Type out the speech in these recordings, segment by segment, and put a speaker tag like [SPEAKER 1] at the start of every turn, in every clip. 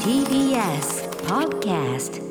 [SPEAKER 1] TBS Podcast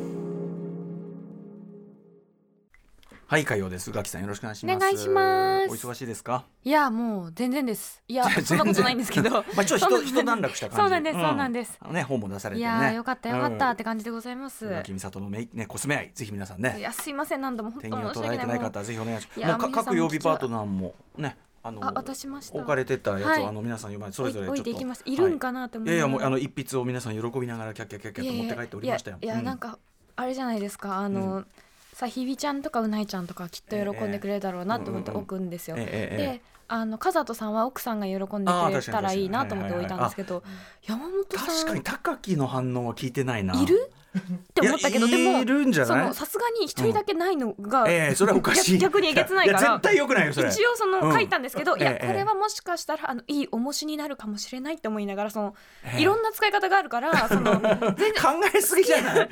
[SPEAKER 2] はい、火曜です。ガキさん、よろしくお願いします。
[SPEAKER 3] お願いします
[SPEAKER 2] お忙しいですか。
[SPEAKER 3] いやもう全然です。いや
[SPEAKER 2] 全然
[SPEAKER 3] そんなことないんですけど。
[SPEAKER 2] まあ、ちょっと一、一段落した感じ。
[SPEAKER 3] そうなんですそうなんです。
[SPEAKER 2] あのね、本も出され
[SPEAKER 3] い
[SPEAKER 2] てね。
[SPEAKER 3] やーよかったよかったって感じでございま
[SPEAKER 2] う
[SPEAKER 3] す。
[SPEAKER 2] ん。木美里のめい、ね、コスメ愛、ぜひ皆さん
[SPEAKER 3] い
[SPEAKER 2] ね。
[SPEAKER 3] やすいません何度も本
[SPEAKER 2] 手
[SPEAKER 3] 当
[SPEAKER 2] にを
[SPEAKER 3] 申
[SPEAKER 2] 捉
[SPEAKER 3] し訳
[SPEAKER 2] え
[SPEAKER 3] な
[SPEAKER 2] て
[SPEAKER 3] い。
[SPEAKER 2] ない
[SPEAKER 3] も
[SPEAKER 2] 方、ぜひお願いし
[SPEAKER 3] い
[SPEAKER 2] ま
[SPEAKER 3] や
[SPEAKER 2] す。もう
[SPEAKER 3] 皆さん
[SPEAKER 2] 各曜日パートナーも、ね、あの。
[SPEAKER 3] うあ渡しました。
[SPEAKER 2] 置かれてたやつ、
[SPEAKER 3] はい
[SPEAKER 2] あの、皆さん、読まれ、それぞれ。
[SPEAKER 3] 置い置いていきますいるんかなって思い
[SPEAKER 2] いやいや、もう、あ
[SPEAKER 3] なが
[SPEAKER 2] の、
[SPEAKER 3] ら
[SPEAKER 2] 一筆を皆さん喜びながら、キャッキャッキャッキャッと持って帰っておりましたよ。
[SPEAKER 3] いやいやいやなん
[SPEAKER 2] か。
[SPEAKER 3] かあれじゃないですかあ
[SPEAKER 2] う
[SPEAKER 3] の、さひびちゃんとかうないちゃんとかきっと喜んでくれるだろうなと思って
[SPEAKER 2] ええ
[SPEAKER 3] 置くんですよ。
[SPEAKER 2] ええええええ
[SPEAKER 3] であのカザトさんは奥さんが喜んでくれたらいいなと思って置いたんですけど山本さん
[SPEAKER 2] 確かに、高木の反応は聞いてないな。
[SPEAKER 3] いるって思ったけど
[SPEAKER 2] いや
[SPEAKER 3] でも
[SPEAKER 2] いるんじゃない
[SPEAKER 3] そのさすがに一人だけないのが、
[SPEAKER 2] ええそれはおかしい。
[SPEAKER 3] 逆逆にえげつないから
[SPEAKER 2] や絶対良くないよ、それ。
[SPEAKER 3] 一応そ
[SPEAKER 2] うん
[SPEAKER 3] の書いたんですけど、い
[SPEAKER 2] え
[SPEAKER 3] や
[SPEAKER 2] えええ
[SPEAKER 3] これはもしかしたらあのいい重しになるかもしれないって思いながらその、
[SPEAKER 2] ええ
[SPEAKER 3] いろんな使い方があるからそ の全然
[SPEAKER 2] 考えすぎじゃない。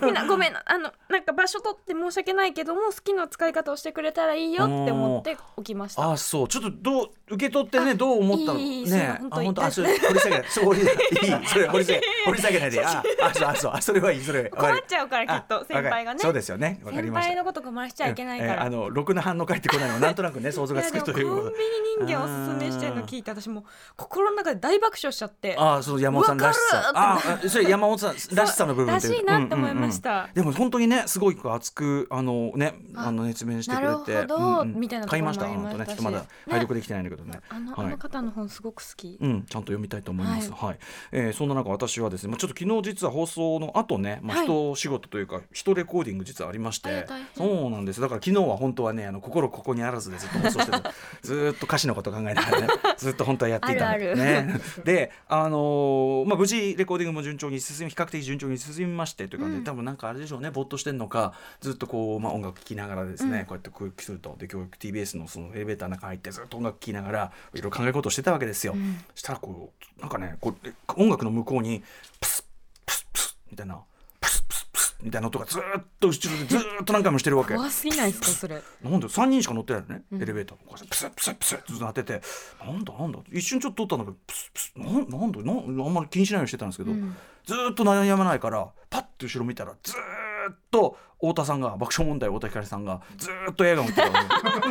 [SPEAKER 3] 好きなごめんあのなんか場所取って申し訳ないけども好きな使い方をしてくれたらいいよって思っておきました。
[SPEAKER 2] あそうちょっとどう受け取ってねどう思ったの
[SPEAKER 3] いいいいそれ
[SPEAKER 2] ね
[SPEAKER 3] 本
[SPEAKER 2] あ
[SPEAKER 3] 当いい
[SPEAKER 2] 本当あそれ掘り下げないそれ掘り下げないいいそれ掘り下げ掘り下げないでああそうあそうあそれはいいそれ
[SPEAKER 3] 困っちゃうからきっ
[SPEAKER 2] あ
[SPEAKER 3] と先輩が
[SPEAKER 2] わかる
[SPEAKER 3] ね
[SPEAKER 2] そうですよねわかり
[SPEAKER 3] 先
[SPEAKER 2] ました
[SPEAKER 3] 輩のこと困らしちゃいけないか
[SPEAKER 2] うんえー
[SPEAKER 3] ら。
[SPEAKER 2] あのろくな反応返ってこないのはなんとなくね想像
[SPEAKER 3] い
[SPEAKER 2] が
[SPEAKER 3] や
[SPEAKER 2] つ
[SPEAKER 3] で
[SPEAKER 2] く
[SPEAKER 3] も
[SPEAKER 2] と
[SPEAKER 3] コンビ
[SPEAKER 2] いうことで
[SPEAKER 3] ニ人間おすすめしてるの聞いて私もう心の中で大爆笑しちゃって
[SPEAKER 2] あそう山本さんらしさ
[SPEAKER 3] わ
[SPEAKER 2] あ
[SPEAKER 3] かる
[SPEAKER 2] あそれ山本さんらしさの部分とう
[SPEAKER 3] らしいなって思いまし
[SPEAKER 2] うんうん
[SPEAKER 3] た
[SPEAKER 2] うん。でも本当にねすごく熱くあのねあの熱弁してくれて
[SPEAKER 3] なるほどみたいなとこ
[SPEAKER 2] 買い
[SPEAKER 3] ろも
[SPEAKER 2] ま
[SPEAKER 3] あ
[SPEAKER 2] した本当ね
[SPEAKER 3] りましたし
[SPEAKER 2] ちょっとまだ配読できてないんだけどね
[SPEAKER 3] あの、
[SPEAKER 2] はい
[SPEAKER 3] あの方の本すごく好き。
[SPEAKER 2] うん、ちゃんと読みたいと思います。はい、えーそんな中、私はですね、まあ、ちょっと昨日実は放送の後ね、まあ、
[SPEAKER 3] はい
[SPEAKER 2] 人仕事というか、人レコーディング実はありまして。
[SPEAKER 3] あら大変
[SPEAKER 2] そうなんです。だから、昨日は本当はね、あの心ここにあらずでずっと放送して た。ずーっと歌詞のこと考えながらね、ずっと本当はやっていたんだけどね。
[SPEAKER 3] ある
[SPEAKER 2] で、あのーまあ、無事レコーディングも順調に進み、比較的順調に進みましてという感じで、
[SPEAKER 3] うん
[SPEAKER 2] 多分なんかあれでしょうね、ぼーっとしてんのか、ずっとこう、まあ、音楽聴きながらですね、
[SPEAKER 3] うん
[SPEAKER 2] こうやって空気すると、で、教育 TBS のそのエレベーターの中入って、ずっと音楽聴きながら、いろいろ考え事をしてたわけですよ。
[SPEAKER 3] うん
[SPEAKER 2] したらこうなんかねこうえ音楽の向こうにプスプスプスみたいなプスプスプスみたいな音がずーっと後ろでずーっと何回もしてるわけ
[SPEAKER 3] 怖すぎないですかそれ。
[SPEAKER 2] なんで3人しか乗ってないのね、
[SPEAKER 3] うん
[SPEAKER 2] エレベーターのこうプスプスプスってずっと鳴っててなんだなんだ一瞬ちょっと撮ったんだけどプスプスなんなんだなんあんまり気にしないようにしてたんですけど、
[SPEAKER 3] うん
[SPEAKER 2] ずーっと悩まないからパッて後ろ見たらずーっと太田さんが爆笑問題太田光さんがずーっと映画を見てた わ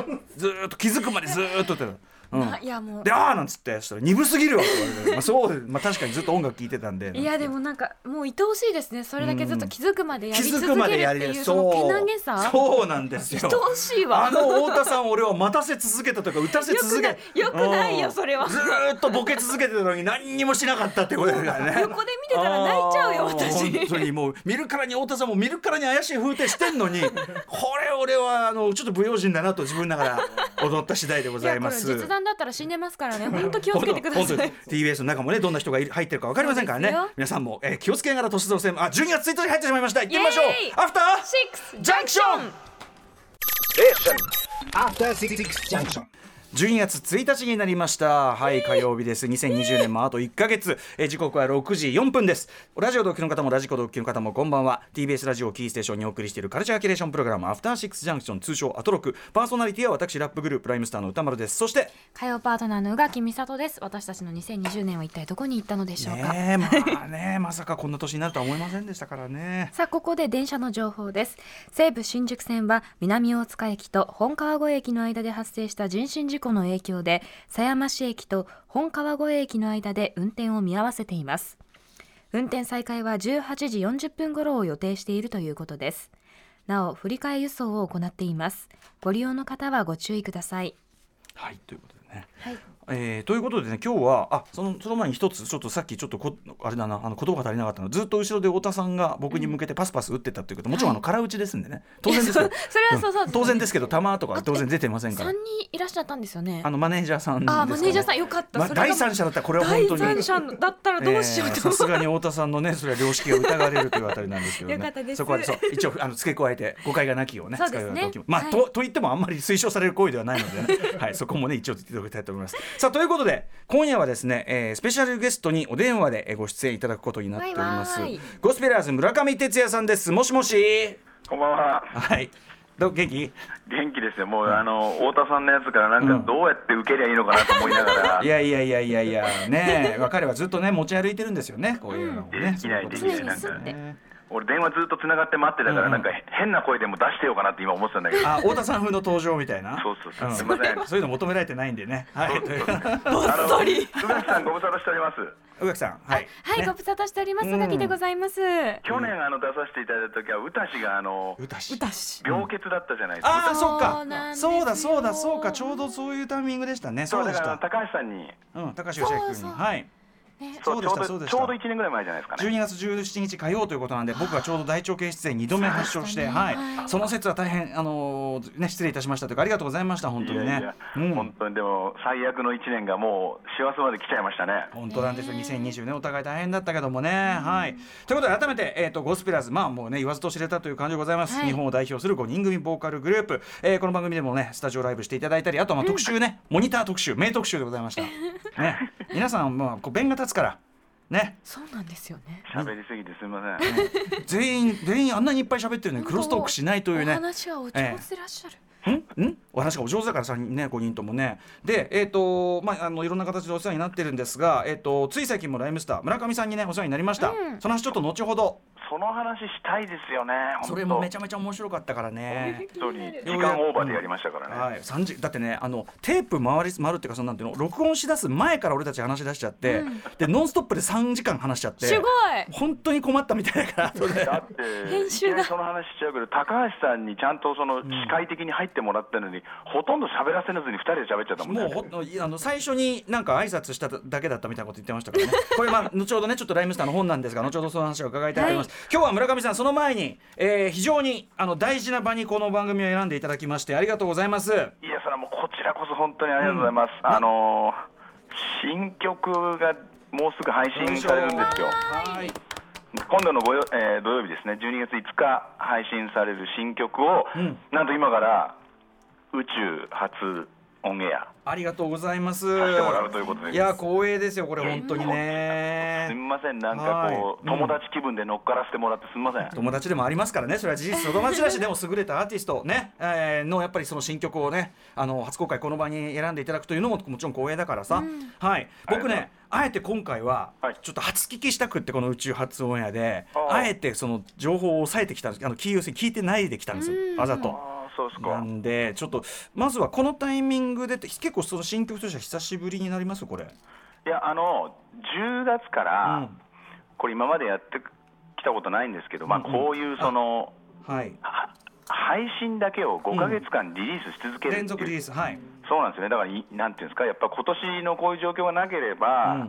[SPEAKER 2] けずーっと気づくまでずーっとやってた、うん
[SPEAKER 3] まあ、いやもう
[SPEAKER 2] で「ああ」なんつってそしたら「鈍すぎるわ」って言われてまあそう、まあ、確かにずっと音楽聴いてたんで
[SPEAKER 3] いやでもなんかもう愛おしいですねそれだけずっと気づくまでや
[SPEAKER 2] 気
[SPEAKER 3] り続
[SPEAKER 2] づ
[SPEAKER 3] け
[SPEAKER 2] く
[SPEAKER 3] る
[SPEAKER 2] ま
[SPEAKER 3] って
[SPEAKER 2] でやり
[SPEAKER 3] い
[SPEAKER 2] で
[SPEAKER 3] うその
[SPEAKER 2] そう
[SPEAKER 3] けなげさ愛
[SPEAKER 2] そうなんですよ
[SPEAKER 3] おしいわ
[SPEAKER 2] あの太田さんを俺は待たせ続けたというか打たせ続け
[SPEAKER 3] よくないよくないよ
[SPEAKER 2] うん
[SPEAKER 3] それは
[SPEAKER 2] ずーっとボケ続けてたのに何にもしなかったってことだからね
[SPEAKER 3] 横で見てたら泣いちゃうよ
[SPEAKER 2] あー
[SPEAKER 3] 私
[SPEAKER 2] 本当にもう見るからに太田さんも見るからに怪しい風景してんのにこれ俺はあのちょっと不用心だなと自分ながら踊った次第でご
[SPEAKER 3] い
[SPEAKER 2] ざ
[SPEAKER 3] や
[SPEAKER 2] い
[SPEAKER 3] こ
[SPEAKER 2] ま
[SPEAKER 3] れ
[SPEAKER 2] す
[SPEAKER 3] 実弾だったら死んでま すからね本当気をつけてくださ
[SPEAKER 2] 本当
[SPEAKER 3] い
[SPEAKER 2] 本当です TBS の中もねどんな人がいる入ってるかわかりませんからね
[SPEAKER 3] そうですよ
[SPEAKER 2] 皆さんも、えー気をつけながら年造戦あ12月1日に入ってしまいました行ってみましょう
[SPEAKER 3] イエーイ
[SPEAKER 2] アフター
[SPEAKER 3] 6
[SPEAKER 2] ジャンクション
[SPEAKER 4] After Six Six Junction.
[SPEAKER 2] 12月1日になりましたはい火曜日です2020年もあと1ヶ月、えー時刻は6時4分ですラジオ同期の方もラジコ同期の方もこんばんは TBS ラジオをキーステーションにお送りしているカルチャーキュレーションプログラムアフターシックスジャンクション通称アトロクパーソナリティは私ラップグループライムスターの歌丸ですそして
[SPEAKER 3] 火曜パートナーの宇垣美里です私たちの2020年は一体どこに行ったのでしょうか、
[SPEAKER 2] ねえまあねまさかこんな年になるとは思いませんでしたからね
[SPEAKER 3] さあここで電車の情報です西武新宿線は南大塚駅と本川越駅の間で発生した人身事故の影響で狭山市駅と本川越駅の間で運転を見合わせています運転再開は18時40分頃を予定しているということですなお振り替え輸送を行っていますご利用の方はご注意ください
[SPEAKER 2] はいということでね
[SPEAKER 3] はい
[SPEAKER 2] えーということでね今日はあそのその前に一つちょっとさっきちょっとこあれだなあの言葉が足りなかったのずっと後ろで太田さんが僕に向けてパスパス打ってたっていうこと、もちろんあの空打ちですんでね当然ですけど
[SPEAKER 3] それはそうそう
[SPEAKER 2] 当然ですけど球とか当然出てませんか
[SPEAKER 3] 3
[SPEAKER 2] ら
[SPEAKER 3] 人いらっしゃったんですよね
[SPEAKER 2] あのマネージャーさんですか、ね、
[SPEAKER 3] あーマネージャーさんよかった
[SPEAKER 2] ま
[SPEAKER 3] それが
[SPEAKER 2] 第三者だったらこれは本
[SPEAKER 3] 第
[SPEAKER 2] 当に
[SPEAKER 3] 三者だったらどうしよう
[SPEAKER 2] えー
[SPEAKER 3] と
[SPEAKER 2] さ
[SPEAKER 3] 思
[SPEAKER 2] す
[SPEAKER 3] う
[SPEAKER 2] がに太田さんのねそれは良識が疑われるというあたりなんですけどね
[SPEAKER 3] よかったです
[SPEAKER 2] そこはそう一応あの付け加えて誤解がなきようね
[SPEAKER 3] そうです
[SPEAKER 2] 使
[SPEAKER 3] ね
[SPEAKER 2] い分けておきますまあ、
[SPEAKER 3] はい
[SPEAKER 2] とと言ってもあんまり推奨される行為ではないので、ねはい、そこもね一応言っておきたいと思いますさあということで今夜はですね、えースペシャルゲストにお電話でえーご出演いただくことになっております
[SPEAKER 3] わいわい
[SPEAKER 2] ゴスペラーズ村上哲也さんですもしもし
[SPEAKER 5] こんばんは。
[SPEAKER 2] はいどう元気
[SPEAKER 1] 元気ですよ、もう、あの太田さんのやつから、なんかどうやって受けりゃいいのかなと思いながら、
[SPEAKER 2] いやいやいやいやいやねえ若いはずっとね持ち歩いてるんですよねこういうのをね
[SPEAKER 1] できないできないなんか
[SPEAKER 2] そううことですよね
[SPEAKER 1] 俺、電話ずっとつながって待ってたから、
[SPEAKER 2] うん
[SPEAKER 1] なんか変な声でも出してようかなって今思ってたんだけど、
[SPEAKER 2] あ太田さん風の登場みたいな
[SPEAKER 1] そうそうそうんすいません
[SPEAKER 2] そういうの求められてないんでねはいという
[SPEAKER 1] あの宇垣さん、ご無沙汰しております。
[SPEAKER 2] 宇垣さんはい
[SPEAKER 3] はい、
[SPEAKER 2] ね
[SPEAKER 3] ご無沙汰しております。
[SPEAKER 2] うん
[SPEAKER 3] がきでございます。
[SPEAKER 1] 去年あの出させていただいた時は歌詞があの
[SPEAKER 2] 歌詞
[SPEAKER 1] 病欠だったじゃないですか。
[SPEAKER 2] ああそっ
[SPEAKER 3] そうなん
[SPEAKER 2] か
[SPEAKER 3] ですよ
[SPEAKER 2] そうだそうだそうかちょうどそういうタイミングでしたねそう
[SPEAKER 1] だ
[SPEAKER 2] でし
[SPEAKER 1] から
[SPEAKER 2] た
[SPEAKER 1] 高橋さんに
[SPEAKER 2] うん高橋由
[SPEAKER 3] そう
[SPEAKER 2] 君
[SPEAKER 3] そう
[SPEAKER 2] にはい
[SPEAKER 3] ね
[SPEAKER 2] そうでした
[SPEAKER 1] ちょ
[SPEAKER 2] そう
[SPEAKER 1] う
[SPEAKER 2] で
[SPEAKER 1] ど
[SPEAKER 2] し
[SPEAKER 1] ち
[SPEAKER 2] た
[SPEAKER 1] ょうど一年ぐらい前じゃないですかね。
[SPEAKER 2] 12月17日火曜ということなんで僕はちょうど大腸憩室炎2度目発症して、
[SPEAKER 3] そうでした
[SPEAKER 2] はい
[SPEAKER 3] ねはい
[SPEAKER 2] その説は大変あのーね失礼いたしましたというかありがとうございました本当にね
[SPEAKER 1] いやいや
[SPEAKER 2] うん
[SPEAKER 1] 本当にでも最悪の一年がもう師走まで来ちゃいましたね。
[SPEAKER 2] 本当なんですよ、
[SPEAKER 3] ねえ
[SPEAKER 2] 2020年お互い大変だったけどもね、はいということで改めて、えー、とゴスペラーズまあもうね言わずと知れたという感じでございます、
[SPEAKER 3] はい
[SPEAKER 2] 日本を代表する5人組ボーカルグループ、えーこの番組でもねスタジオライブしていただいたりあとはまあ特集ね、モニター特集名特集でござい ましたね皆さんまあこう弁が立つからね
[SPEAKER 3] そうなんですよね。
[SPEAKER 1] 喋りすぎてすみません。
[SPEAKER 2] 全員全員あんなにいっぱい喋ってるのにクロストークしないという
[SPEAKER 3] お
[SPEAKER 2] ね
[SPEAKER 3] 話はお上手でいらっしゃる。
[SPEAKER 2] んんお話がお上手だから3人ね5人ともねでえっ、とまああのいろんな形でお世話になってるんですが、えー、とつい最近もライムスター村上さんにねお世話になりました、
[SPEAKER 3] うん
[SPEAKER 2] その話ちょっと後ほど
[SPEAKER 1] その話したいですよね。
[SPEAKER 2] それもめち
[SPEAKER 1] ゃ
[SPEAKER 2] ゃめちゃ面白かったからね。
[SPEAKER 1] 本当に時間オーバーでやりましたからね。
[SPEAKER 2] はい、30だってねあのテープ回り回るっていうかそのなんていうの録音しだす前から俺たち話し出しちゃって、でノンストップで3時間話しちゃって
[SPEAKER 3] すごい。
[SPEAKER 2] 本当に困ったみたいだから後で
[SPEAKER 1] だって
[SPEAKER 3] 編集が
[SPEAKER 1] いきなりその話しちゃうけど高橋さんにちゃんとその司会的に入ってもらったのに、ほとんど喋らせずに二人で喋っちゃったもんね
[SPEAKER 2] もうほんのあの最初になんか挨拶しただけだったみたいなこと言ってましたからねこれまあ後ほどねちょっとライムスターの本なんですが後ほどその話を伺いたいと思います、今日は村上さんその前に、えー非常にあの大事な場にこの番組を選んでいただきましてありがとうございます
[SPEAKER 1] いや、それはもうこちらこそ本当にありがとうございます。あのー新曲がもうすぐ配信されるんですよ。
[SPEAKER 2] はい
[SPEAKER 1] 今度のごよ、えー土曜日ですね、12月5日配信される新曲を、
[SPEAKER 2] ん
[SPEAKER 1] なんと今から宇宙初オンエア
[SPEAKER 2] ありがとうございます
[SPEAKER 1] させてもらうということで
[SPEAKER 2] いや光栄ですよこれ本当に
[SPEAKER 1] すみ
[SPEAKER 2] ね
[SPEAKER 1] ません、なんかこう、
[SPEAKER 2] はいうん
[SPEAKER 1] 友達気分で乗っからせてもらってすみません。
[SPEAKER 2] 友達でもありますからねそれは事実友達だしでも優れたアーティストね、えーのやっぱりその新曲をねあの初公開この場に選んでいただくというのももちろん光栄だからさ、はい僕ねあえて今回は
[SPEAKER 1] はい
[SPEAKER 2] ちょっと初聞きしたくってこの宇宙初オンエアで
[SPEAKER 1] あー
[SPEAKER 2] あえてその情報を抑えてきたんですあのキー要するに聞いてないできたんですよわざと。
[SPEAKER 1] ああ、そうです
[SPEAKER 2] な
[SPEAKER 1] か。
[SPEAKER 2] んでちょっとまずはこのタイミングでって結構その新曲としては久しぶりになりますこれ。
[SPEAKER 1] いや、あの、10月か
[SPEAKER 2] う
[SPEAKER 1] ら
[SPEAKER 2] ん、
[SPEAKER 1] これ今までやってきたことないんですけど、まあ、
[SPEAKER 2] うんうん
[SPEAKER 1] こういうその、
[SPEAKER 2] はい、
[SPEAKER 1] は配信だけを5か月間リリースし続けるっていう、
[SPEAKER 2] 連続リリースはい、
[SPEAKER 1] そうなんですよねだからいなんていうんですかやっぱ今年のこういう状況がなければ、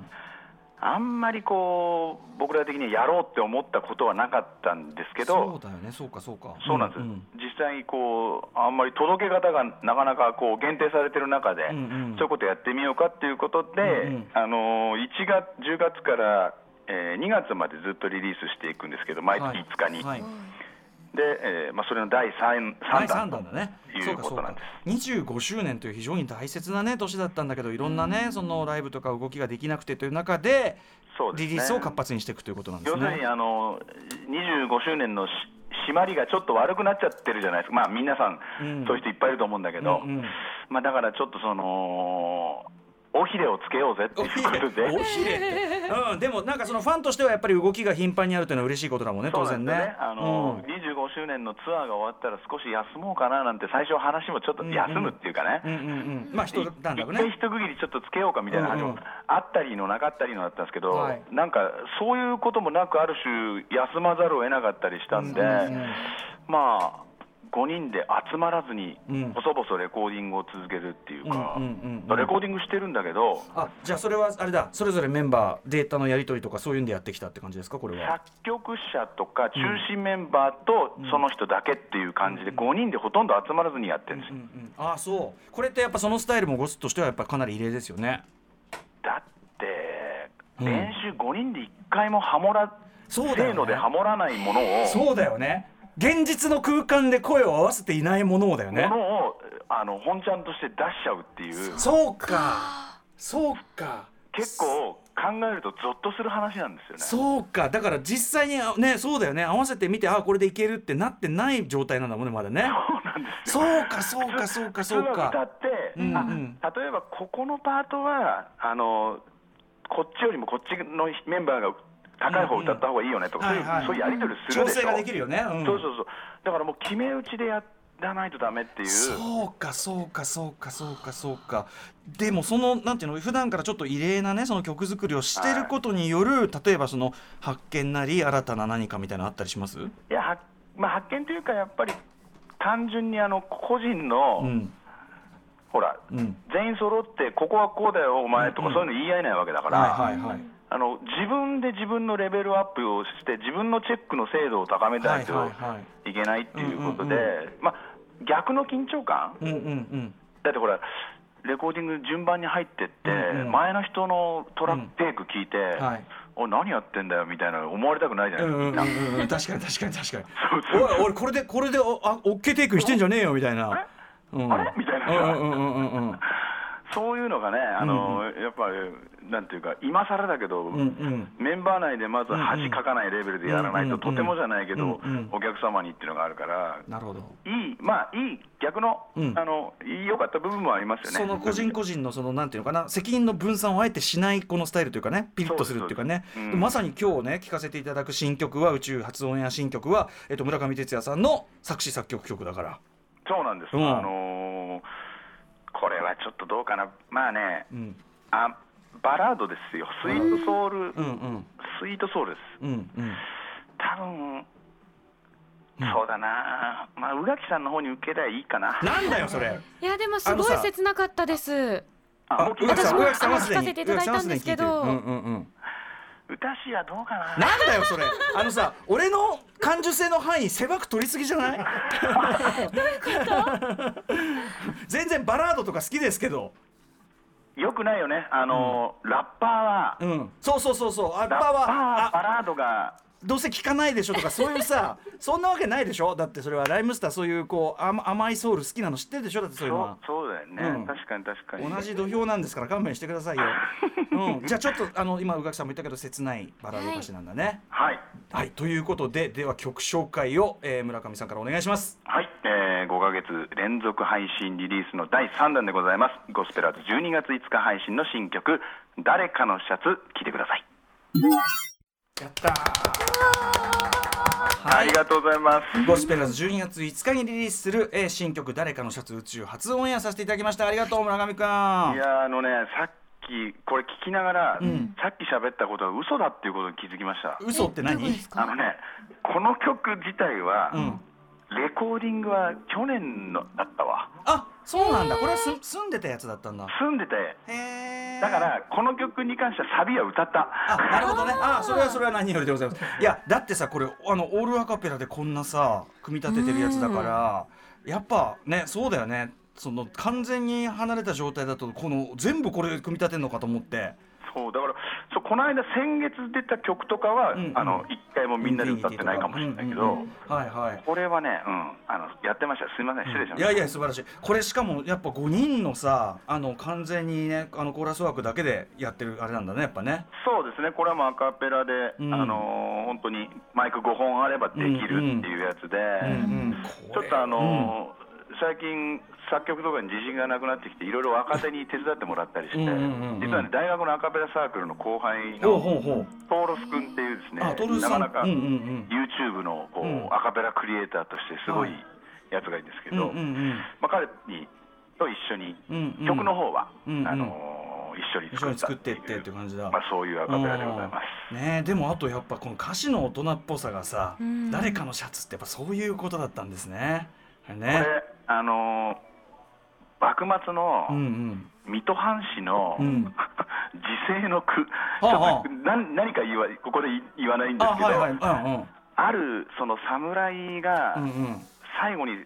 [SPEAKER 1] あんまりこう僕ら的にやろうって思ったことはなかったんですけ
[SPEAKER 2] そう
[SPEAKER 1] ど
[SPEAKER 2] だよねそうかそうか
[SPEAKER 1] そうなんです、実際にこうあんまり届け方がなかなかこう限定されてる中で、
[SPEAKER 2] うんうん
[SPEAKER 1] そういうことやってみようかっていうことで、
[SPEAKER 2] うんうん
[SPEAKER 1] あの1月10月から、えー2月までずっとリリースしていくんですけど毎月5日に、
[SPEAKER 2] はいはい
[SPEAKER 1] で、えーまあ、それの第 3,
[SPEAKER 2] 第三
[SPEAKER 1] 3弾
[SPEAKER 2] 弾だね。
[SPEAKER 1] いう
[SPEAKER 2] そうかそう
[SPEAKER 1] ことな
[SPEAKER 2] か
[SPEAKER 1] んで。
[SPEAKER 2] 25周年という非常に大切なね年だったんだけど、いろんなねそのライブとか動きができなくてという中で
[SPEAKER 1] そうです
[SPEAKER 2] リ
[SPEAKER 1] ね
[SPEAKER 2] リースを活発にしていくということなんで
[SPEAKER 1] 要
[SPEAKER 2] す
[SPEAKER 1] するに
[SPEAKER 2] ね。
[SPEAKER 1] あの25周年のし締まりがちょっと悪くなっちゃってるじゃないですか、まあ、皆さん、
[SPEAKER 2] うん
[SPEAKER 1] そういう人いっぱいいると思うんだけど、
[SPEAKER 2] うんうん
[SPEAKER 1] まあ、だからちょっとその、尾ひれをつけようぜって
[SPEAKER 2] お
[SPEAKER 1] いう
[SPEAKER 2] ひ
[SPEAKER 1] こ
[SPEAKER 2] れ
[SPEAKER 1] とで、
[SPEAKER 2] おひれって、うん、でもなんかそのファンとしてはやっぱり動きが頻繁にあるというのは嬉しいことだもんね
[SPEAKER 1] そ
[SPEAKER 2] 当
[SPEAKER 1] うな
[SPEAKER 2] 然
[SPEAKER 1] んですよね
[SPEAKER 2] ね。
[SPEAKER 1] あの
[SPEAKER 2] うん
[SPEAKER 1] 25周年のツアーが終わったら、少し休もうかななんて、最初、話もちょっと休むっていうかね。
[SPEAKER 2] うんうんうん、まあ人なんだろう
[SPEAKER 1] 一回
[SPEAKER 2] ね。
[SPEAKER 1] 一区切りちょっとつけようかみたいな話
[SPEAKER 2] うん
[SPEAKER 1] も
[SPEAKER 2] うん
[SPEAKER 1] あったりのなかったりのだったんですけど、
[SPEAKER 2] はい
[SPEAKER 1] なんかそういうこともなくある種休まざるを得なかったりしたんで、まあ5人で集まらずに
[SPEAKER 2] うん
[SPEAKER 1] 細々レコーディングを続けるっていうか、
[SPEAKER 2] うんうんうんうん
[SPEAKER 1] レコーディングしてるんだけど
[SPEAKER 2] あ、じゃあそれはあれだ。それぞれメンバーデータのやり取りとかそういうんでやってきたって感じですかこれは。
[SPEAKER 1] 作曲者とか中心メンバーとその人だけっていう感じで5人でほとんど集まらずにやってるんです
[SPEAKER 2] うん
[SPEAKER 1] よ、
[SPEAKER 2] うん、ああそう。これってやっぱそのスタイルもゴスとしてはやっぱかなり異例ですよね。
[SPEAKER 1] だって
[SPEAKER 2] うん
[SPEAKER 1] 練習5人で1回もハモら
[SPEAKER 2] そうだよね
[SPEAKER 1] せーのでハモらないものを
[SPEAKER 2] そうだよね現実の空間で声を合わせていないものをだよね
[SPEAKER 1] ものをあの本ちゃんとして出しちゃうっていう
[SPEAKER 2] そうかそうか
[SPEAKER 1] 結構考えるとゾッとする話なんですよね
[SPEAKER 2] そうかだから実際にねそうだよね合わせてみてあこれでいけるってなってない状態なんだもんねまだね
[SPEAKER 1] なんですよ。
[SPEAKER 2] そうかそうかそうかそう
[SPEAKER 1] 普通は歌
[SPEAKER 2] か
[SPEAKER 1] って、
[SPEAKER 2] うんうん
[SPEAKER 1] あ例えばここのパートはあのこっちよりもこっちのメンバーが高い方を歌った方がいいよねとか、
[SPEAKER 2] うんうんはいはい
[SPEAKER 1] そういうそういうやり取りす
[SPEAKER 2] 調
[SPEAKER 1] るでしょ
[SPEAKER 2] 整ができるよね、うん
[SPEAKER 1] そうそうそうだからもう決め打ちでやらないとダメっていう
[SPEAKER 2] そうかそうかそうかそうかそうかでもそのなんていうの普段からちょっと異例なねその曲作りをしてることによる、例えばその発見なり新たな何かみたいなのあったりします、
[SPEAKER 1] いやは、まあ、発見というかやっぱり単純にあの個人の、
[SPEAKER 2] うん
[SPEAKER 1] ほら、
[SPEAKER 2] うん、
[SPEAKER 1] 全員揃ってここはこうだよお前とか、
[SPEAKER 2] うん
[SPEAKER 1] そういうの言い合えないわけだから、
[SPEAKER 2] はいはいはい
[SPEAKER 1] あの自分で自分のレベルアップをして自分のチェックの精度を高め
[SPEAKER 2] は
[SPEAKER 1] ないいと
[SPEAKER 2] はいはい
[SPEAKER 1] いけないっていうこと
[SPEAKER 2] うんう
[SPEAKER 1] で、
[SPEAKER 2] ん
[SPEAKER 1] まあ、逆の緊張感
[SPEAKER 2] うんうんうん
[SPEAKER 1] だってほらレコーディング順番に入ってって、
[SPEAKER 2] うんうん
[SPEAKER 1] 前の人のトラックテイク聞いて、
[SPEAKER 2] はい
[SPEAKER 1] お何やってんだよみたいな思われたくないじゃ
[SPEAKER 2] う
[SPEAKER 1] な
[SPEAKER 2] ん
[SPEAKER 1] いですか、
[SPEAKER 2] う
[SPEAKER 1] み
[SPEAKER 2] ん
[SPEAKER 1] ん
[SPEAKER 2] う
[SPEAKER 1] な
[SPEAKER 2] んう ん確かに確かに確かに
[SPEAKER 1] そうそう
[SPEAKER 2] おい俺これでこれでおあオッケーテイクしてんじゃねえよみたいな
[SPEAKER 1] あれ
[SPEAKER 2] うん
[SPEAKER 1] あれみたいな
[SPEAKER 2] うんうんうんうんうん
[SPEAKER 1] そういうのがね、あのやっぱり、なんていうか、今更だけど、
[SPEAKER 2] うんうん
[SPEAKER 1] メンバー内でまず恥かかないレベルでやらないと、
[SPEAKER 2] うんうん
[SPEAKER 1] とてもじゃないけど、
[SPEAKER 2] うんうん
[SPEAKER 1] お客様にっていうのがあるから、
[SPEAKER 2] なるほど
[SPEAKER 1] いい、まあ、いい、逆の、
[SPEAKER 2] うん
[SPEAKER 1] あの良かった部分もありますよ
[SPEAKER 2] そ
[SPEAKER 1] ね。
[SPEAKER 2] の個人個人のそのなんていうのかな責任の分散をあえてしないこのスタイルというかねピリッとするっていうかね
[SPEAKER 1] そうです
[SPEAKER 2] でまさに今日ね聞かせていただく新曲は宇宙発音や新曲は、えっと、村上哲也さんの作詞作曲曲だから、
[SPEAKER 1] そうなんです、
[SPEAKER 2] うん
[SPEAKER 1] あのーこれはちょっとどうかな、まあね、
[SPEAKER 2] うん、
[SPEAKER 1] あバラードですよ、スイートソウル、
[SPEAKER 2] うんうん
[SPEAKER 1] スイートソウルです。
[SPEAKER 2] うんうん
[SPEAKER 1] 多分そうだな、まあ宇垣さんの方に受けりゃいいかな。
[SPEAKER 2] なんだよそれ
[SPEAKER 3] いやでもすごい切なかったです
[SPEAKER 1] あもう
[SPEAKER 2] 宇
[SPEAKER 1] 聞い
[SPEAKER 2] 垣
[SPEAKER 1] た
[SPEAKER 2] さん
[SPEAKER 3] 私も
[SPEAKER 2] 宇垣さんはすで
[SPEAKER 3] あの聞かせ
[SPEAKER 2] に
[SPEAKER 3] てい
[SPEAKER 2] 宇
[SPEAKER 3] ただ
[SPEAKER 2] 垣さ
[SPEAKER 3] い
[SPEAKER 2] んは
[SPEAKER 3] たん
[SPEAKER 2] すで
[SPEAKER 3] で
[SPEAKER 2] に
[SPEAKER 3] す
[SPEAKER 2] 聞いて
[SPEAKER 3] け
[SPEAKER 2] る
[SPEAKER 3] ど
[SPEAKER 2] うんうんうん
[SPEAKER 1] 歌詞はどうかな。
[SPEAKER 2] なんだよそれあのさ俺の感受性の範囲狭く取りすぎじゃないどういうこと全然バラードとか好きですけど
[SPEAKER 1] よくないよね。あの、ラッパーは、
[SPEAKER 2] うんそうそうそうそうあ
[SPEAKER 1] ラッパーは
[SPEAKER 2] あ
[SPEAKER 1] バラードが、
[SPEAKER 2] どうせ聞かないでしょとかそういう さそんなわけないでしょだってそれはライムスターそういうこう甘甘いソウル好きなの知ってるでしょだってそういうの
[SPEAKER 1] そ
[SPEAKER 2] は。
[SPEAKER 1] うそうだよね、
[SPEAKER 2] うん
[SPEAKER 1] 確かに確かに。
[SPEAKER 2] 同じ土俵なんですから勘弁してくださいよ、うん、じゃあちょっとあの今宇垣さんも言ったけど切ないバラード歌詞なんだね。
[SPEAKER 1] はい
[SPEAKER 2] はい、ということででは曲紹介を、えー村上さんからお願いします。
[SPEAKER 1] はい、えー、5ヶ月連続配信リリースの第3弾でございます。ゴスペラーズ12月5日配信の新曲誰かのシャツ聞いてください。
[SPEAKER 2] やったー
[SPEAKER 1] あ
[SPEAKER 2] は
[SPEAKER 1] り
[SPEAKER 2] い
[SPEAKER 1] がとうございます。
[SPEAKER 2] ゴスペラーズ12月5日にリリースする、えー新曲「誰かのシャツ宇宙」初オンエアさせていただきましたありがとう村上くん
[SPEAKER 1] いやーあのねさっきこれ聞きながら、
[SPEAKER 2] ん
[SPEAKER 1] さっき喋ったことは嘘だっていうことに気づきました。
[SPEAKER 2] 嘘って
[SPEAKER 3] えどういうこと
[SPEAKER 2] 何
[SPEAKER 3] です
[SPEAKER 1] あの
[SPEAKER 3] か
[SPEAKER 1] ねこの曲自体は、
[SPEAKER 2] うん
[SPEAKER 1] レコーディングは去年のだったわ
[SPEAKER 2] あそうなんだこれはす住んでたやつだったんだ
[SPEAKER 1] 住んでて
[SPEAKER 2] へー
[SPEAKER 1] だからこの曲に関してはサビは歌った
[SPEAKER 2] あなるほどねあそれはそれは何よりでございますいやだってさこれあのオールアカペラでこんなさ組み立ててるやつだからやっぱねそうだよねその完全に離れた状態だとこの全部これ組み立てるのかと思って
[SPEAKER 1] そうだからそうこの間先月出た曲とかは、
[SPEAKER 2] うんうん
[SPEAKER 1] あの一回もみんなで歌ってないかもしれないけど、
[SPEAKER 2] うんうんうんはいはい
[SPEAKER 1] これはね、うん、あのやってましたすいません失礼しま
[SPEAKER 2] い
[SPEAKER 1] した、
[SPEAKER 2] やいや素晴らしいこれしかもやっぱ5人のさあの完全にねあのコーラスワークだけでやってるあれなんだねやっぱね
[SPEAKER 1] そうですねこれはもうアカペラで、
[SPEAKER 2] うん
[SPEAKER 1] あの本当にマイク5本あればできるっていうやつで、
[SPEAKER 2] うん
[SPEAKER 1] ちょっとあの最近作曲とかに自信がなくなってきていろいろ若手に手伝ってもらったりして
[SPEAKER 2] うんうんうんうん
[SPEAKER 1] 実はね大学のアカペラサークルの後
[SPEAKER 2] ほ
[SPEAKER 1] 輩
[SPEAKER 2] う
[SPEAKER 1] の
[SPEAKER 2] ほうほう
[SPEAKER 1] トーロス君っていうですね
[SPEAKER 2] あトーロスさ
[SPEAKER 1] なんかなか
[SPEAKER 2] うんうんうん
[SPEAKER 1] YouTube のこう
[SPEAKER 2] うん
[SPEAKER 1] アカペラクリエイターとしてすごい
[SPEAKER 2] はい
[SPEAKER 1] やつがいるんですけ
[SPEAKER 2] うんう
[SPEAKER 1] ど、
[SPEAKER 2] ん
[SPEAKER 1] まあ、彼にと一緒に
[SPEAKER 2] うんうん
[SPEAKER 1] 曲の方は、
[SPEAKER 2] うんうん
[SPEAKER 1] あのー一緒に
[SPEAKER 2] 一緒に作
[SPEAKER 1] 作っ
[SPEAKER 2] ったて
[SPEAKER 1] っ
[SPEAKER 2] ってて
[SPEAKER 1] い
[SPEAKER 2] っ
[SPEAKER 1] う
[SPEAKER 2] て感じだ
[SPEAKER 1] まあ、そういうアカペラでございます。
[SPEAKER 2] うんねえでもあとやっぱこの歌詞の大人っぽさがさ、
[SPEAKER 3] うん
[SPEAKER 2] 誰かのシャツってやっぱそういうことだったんですね。
[SPEAKER 1] こ
[SPEAKER 2] ね
[SPEAKER 1] れあのー幕末の、
[SPEAKER 2] うんうん
[SPEAKER 1] 水戸藩士の、
[SPEAKER 2] う ん
[SPEAKER 1] 時勢の句、
[SPEAKER 2] はあはあ
[SPEAKER 1] ちょっとな何か言わここで言わないんで
[SPEAKER 2] あ
[SPEAKER 1] すけど、
[SPEAKER 2] は
[SPEAKER 1] あ,、
[SPEAKER 2] いはいうん
[SPEAKER 1] るその侍が
[SPEAKER 2] うんうん
[SPEAKER 1] 最後に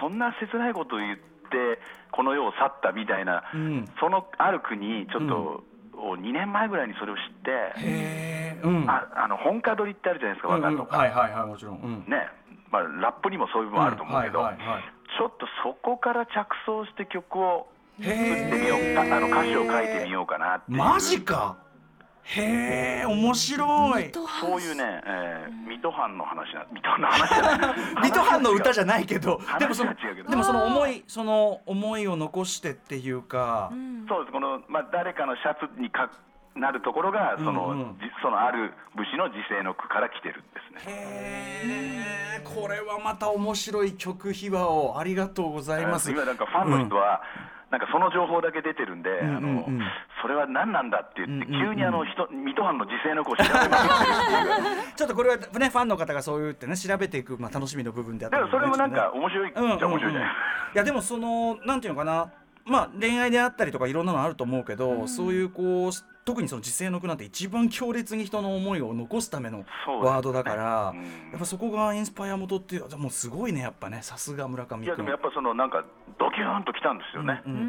[SPEAKER 1] そんな切ないことを言ってこの世を去ったみたいな、
[SPEAKER 2] うんうん
[SPEAKER 1] そのある国ちょっと、2年前ぐらいにそれを知って、
[SPEAKER 2] へえうん
[SPEAKER 1] ああの本家撮りってあるじゃないですか、
[SPEAKER 2] うん
[SPEAKER 1] 和
[SPEAKER 2] う
[SPEAKER 1] 歌
[SPEAKER 2] ん
[SPEAKER 1] とか、
[SPEAKER 2] はいはいはいもちろんうん
[SPEAKER 1] ねまあ、ラップにもそういう部分あると思うけど、
[SPEAKER 2] はいはいはい
[SPEAKER 1] ちょっとそこから着想して曲を作ってみよう、
[SPEAKER 2] へえ
[SPEAKER 1] あの歌詞を書いてみようかなっていう。
[SPEAKER 2] マジかへえ面白い。
[SPEAKER 1] そういうね、えー、水戸藩の話な、水戸の話じゃない
[SPEAKER 2] 水戸藩の歌じゃないけど
[SPEAKER 1] 話
[SPEAKER 2] でもその
[SPEAKER 1] 話は違うけど
[SPEAKER 2] でもその思いその思いを残してっていうか、
[SPEAKER 1] そうです、この、まあ、誰かのシャツにかなるところが、その、
[SPEAKER 2] うんうん
[SPEAKER 1] じそのある武士の時世の句から来てるんですね。
[SPEAKER 2] へえこれはまた面白い曲秘話をありがとうございます。
[SPEAKER 1] 今なんかファンの人は、なんかその情報だけ出てるんで、あ
[SPEAKER 2] うん
[SPEAKER 1] の
[SPEAKER 2] うん
[SPEAKER 1] それは何なんだって言って、
[SPEAKER 2] うんうんうん
[SPEAKER 1] 急にあの人水戸藩の時世の句を調べま くってるっていう。
[SPEAKER 2] ちょっとこれはねファンの方がそう言ってね調べていくまあ楽しみの部分であった
[SPEAKER 1] で
[SPEAKER 2] り
[SPEAKER 1] もそれもなんか面白いっち
[SPEAKER 2] うんうんうん
[SPEAKER 1] ゃ面白いじゃない。
[SPEAKER 2] いやでもそのなんていうのかなまあ恋愛であったりとかいろんなのあると思うけど、そういうこう特にその時世の句なんて一番強烈に人の思いを残すための
[SPEAKER 1] そうですね
[SPEAKER 2] ワードだから、
[SPEAKER 1] うん
[SPEAKER 2] やっぱそこがインスパイア元っていうもうすごいねやっぱねさすが村上
[SPEAKER 1] いやで
[SPEAKER 2] 君
[SPEAKER 1] もやっぱそのなんかドキューンときたんですよね。
[SPEAKER 2] うんうんう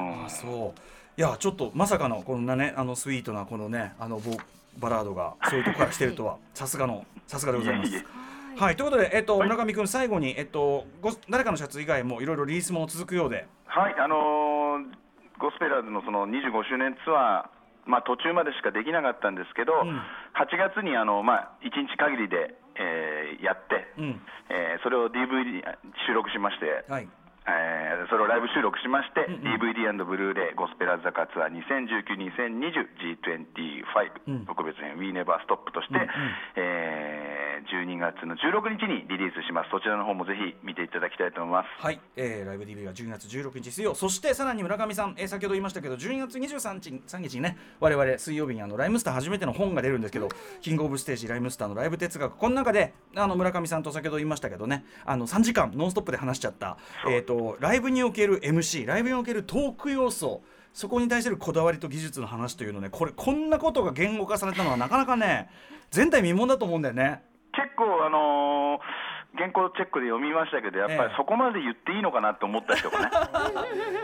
[SPEAKER 2] ん
[SPEAKER 1] うん
[SPEAKER 2] あそういやちょっとまさかのこんなねあのスイートなこのねあのボバラードがそういうとこから来てる とはさすがのさすがでございます。
[SPEAKER 1] いえいえ
[SPEAKER 2] はいということで、えっと村上君最後に、えっと、ご誰かのシャツ以外もいろいろリリースも続くようで。
[SPEAKER 1] はい、あのーゴスペラーズのその25周年ツアー、まあ、途中までしかできなかったんですけど、
[SPEAKER 2] ん
[SPEAKER 1] 8月にあの、まあ、1日限りで、えーやって、
[SPEAKER 2] うん
[SPEAKER 1] えーそれを DVD 収録しまして、
[SPEAKER 2] はい
[SPEAKER 1] えーそれをライブ収録しまして、
[SPEAKER 2] うん
[SPEAKER 1] DVD& ブルーレイゴスペラーズ・ザ・カツアー 2019-2020G25、
[SPEAKER 2] うん
[SPEAKER 1] 特別編 We Never Stop として、
[SPEAKER 2] うんうん
[SPEAKER 1] えー12月の16日にリリースしますそちらの方もぜひ見ていただきたいと思います
[SPEAKER 2] はい、えーライブ DV は12月16日水曜そしてさらに村上さん、えー先ほど言いましたけど12月23日3日にね我々水曜日にあのライムスター初めての本が出るんですけど、キングオブステージライムスターのライブ哲学この中であの村上さんと先ほど言いましたけどねあの3時間ノンストップで話しちゃった、えー、とライブにおける MC ライブにおけるトーク要素そこに対するこだわりと技術の話というのねこれこんなことが言語化されたのはなかなかね前代未聞だと思うんだよね。
[SPEAKER 1] 結構あのー原稿チェックで読みましたけど、やっぱ
[SPEAKER 2] ええ
[SPEAKER 1] りそこまで言っていいのかなと思ったりと かね、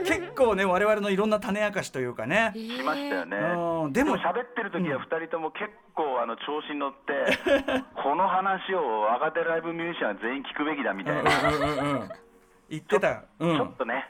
[SPEAKER 2] 結構ね我々のいろんな種明かしというかね。
[SPEAKER 1] しましたよね。
[SPEAKER 2] うんでも
[SPEAKER 1] 喋ってる時は2人とも結構あの調子に乗 って、この話を若手ライブミュージシャンは全員聞くべきだみたいな、ち
[SPEAKER 2] うんうんうんうん言ってた。うん
[SPEAKER 1] ょっとね、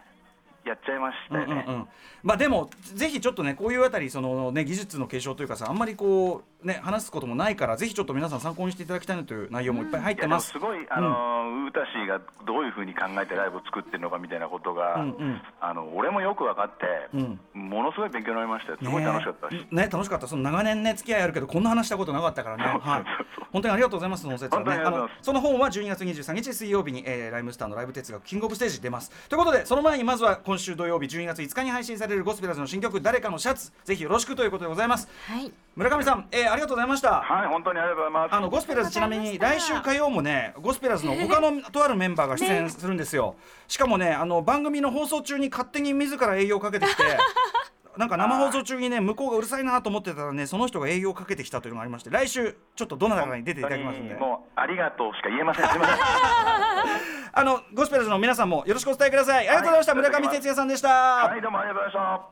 [SPEAKER 1] やっちゃいましたよね。
[SPEAKER 2] うんうんうんまあでもぜひちょっとねこういうあたりそのね技術の継承というかさあんまりこうね話すこともないからぜひちょっと皆さん参考にしていただきたいなという内容もいっぱい入っ
[SPEAKER 1] いや
[SPEAKER 2] て
[SPEAKER 1] でも
[SPEAKER 2] ます。
[SPEAKER 1] すごい、あのーウータシーがどういうふうに考えてライブを作ってるのかみたいなことが、
[SPEAKER 2] うんうん
[SPEAKER 1] あの俺もよく分かって、
[SPEAKER 2] うん
[SPEAKER 1] ものすごい勉強になりましたよ、すごい楽しかったし、
[SPEAKER 2] ねね楽しかったその長年ね付き合いあるけどこんな話したことなか ったからね、はい、本当にありがとうございますそのお説はね
[SPEAKER 1] 本当にありがとうございます
[SPEAKER 2] のその本は12月23日水曜日に、えーライムスターのライブ哲学キングオブステージ出ますということでその前にまずは今週土曜日12月5日に配信されるゴスペラーズの新曲「誰かのシャツ」ぜひよろしくということでございます
[SPEAKER 3] はい
[SPEAKER 2] 村上さん、えーありがとうございました
[SPEAKER 1] はい、本当にありがとうございます。
[SPEAKER 2] あのゴスペラーズちなみに来週火曜もねゴスペラー ズの他のとあるメンバーが出演するんですよ、しかもねあの番組の放送中に勝手に自ら営業かけてき てなんか生放送中にね向こうがうるさいなと思ってたらねその人が営業かけてきたというのがありまして来週ちょっとどなたかに出ていただきますんで
[SPEAKER 1] もうありがとうしか言えません。すみま せん。
[SPEAKER 2] あのゴスペラーズの皆さんもよろしくお伝えくださいありがとうございました、
[SPEAKER 1] はい
[SPEAKER 2] 村上哲也さんでしたは、
[SPEAKER 1] はいい、どうもありがとうございました。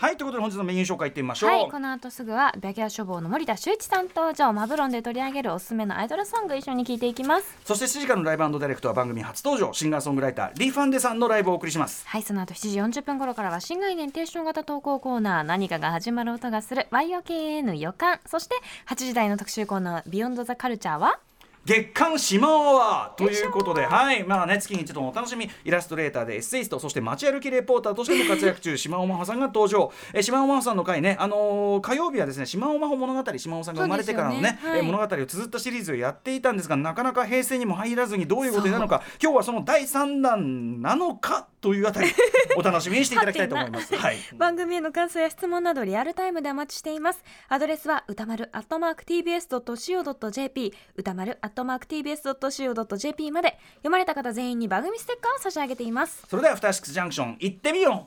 [SPEAKER 2] ということで本日のメニュー紹介いってみましょう、
[SPEAKER 3] はい、この後すぐは白夜処方の森田修一さん登場マブロンで取り上げるおすすめのアイドルソング一緒に聞いていきます
[SPEAKER 2] そして7時からのライブダイレクトは番組初登場シンガーソングライターリー・ファンデさんのライブをお送りします
[SPEAKER 3] はいその後7時40分頃からは新概念提唱型投稿コーナー何かが始まる音がする YOKN 予感そして8時台の特集コーナービヨンドザカルチャーは
[SPEAKER 2] 月刊島アワーということで、はい、まあね、月に一度のお楽しみ、イラストレーターでエッセイスト、そして街歩きレポーターとしても活躍中、島尾真帆さんが登場。えー、島尾真帆さんの回ね、あのー火曜日はですね、島尾真帆物語、島尾さんが生まれてからの
[SPEAKER 3] そうで
[SPEAKER 2] ね
[SPEAKER 3] す、よねはい
[SPEAKER 2] えー物語を綴ったシリーズをやっていたんですが、なかなか平成にも入らずにどういうことになるの か、今日はその第3弾なのかというあたり、お楽しみにしていただきたいと思い ます。はい。
[SPEAKER 3] 番組への感想や質問などリアルタイムでお待ちしていますアドレスは歌丸 atmarktbs.co.jp 歌丸 atmarktbs.co.jp まで読まれた方全員に番組ステッカーを差し上げています
[SPEAKER 2] それでは、アフターシックスジャンクション、行ってみよう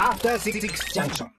[SPEAKER 4] After Six Junction.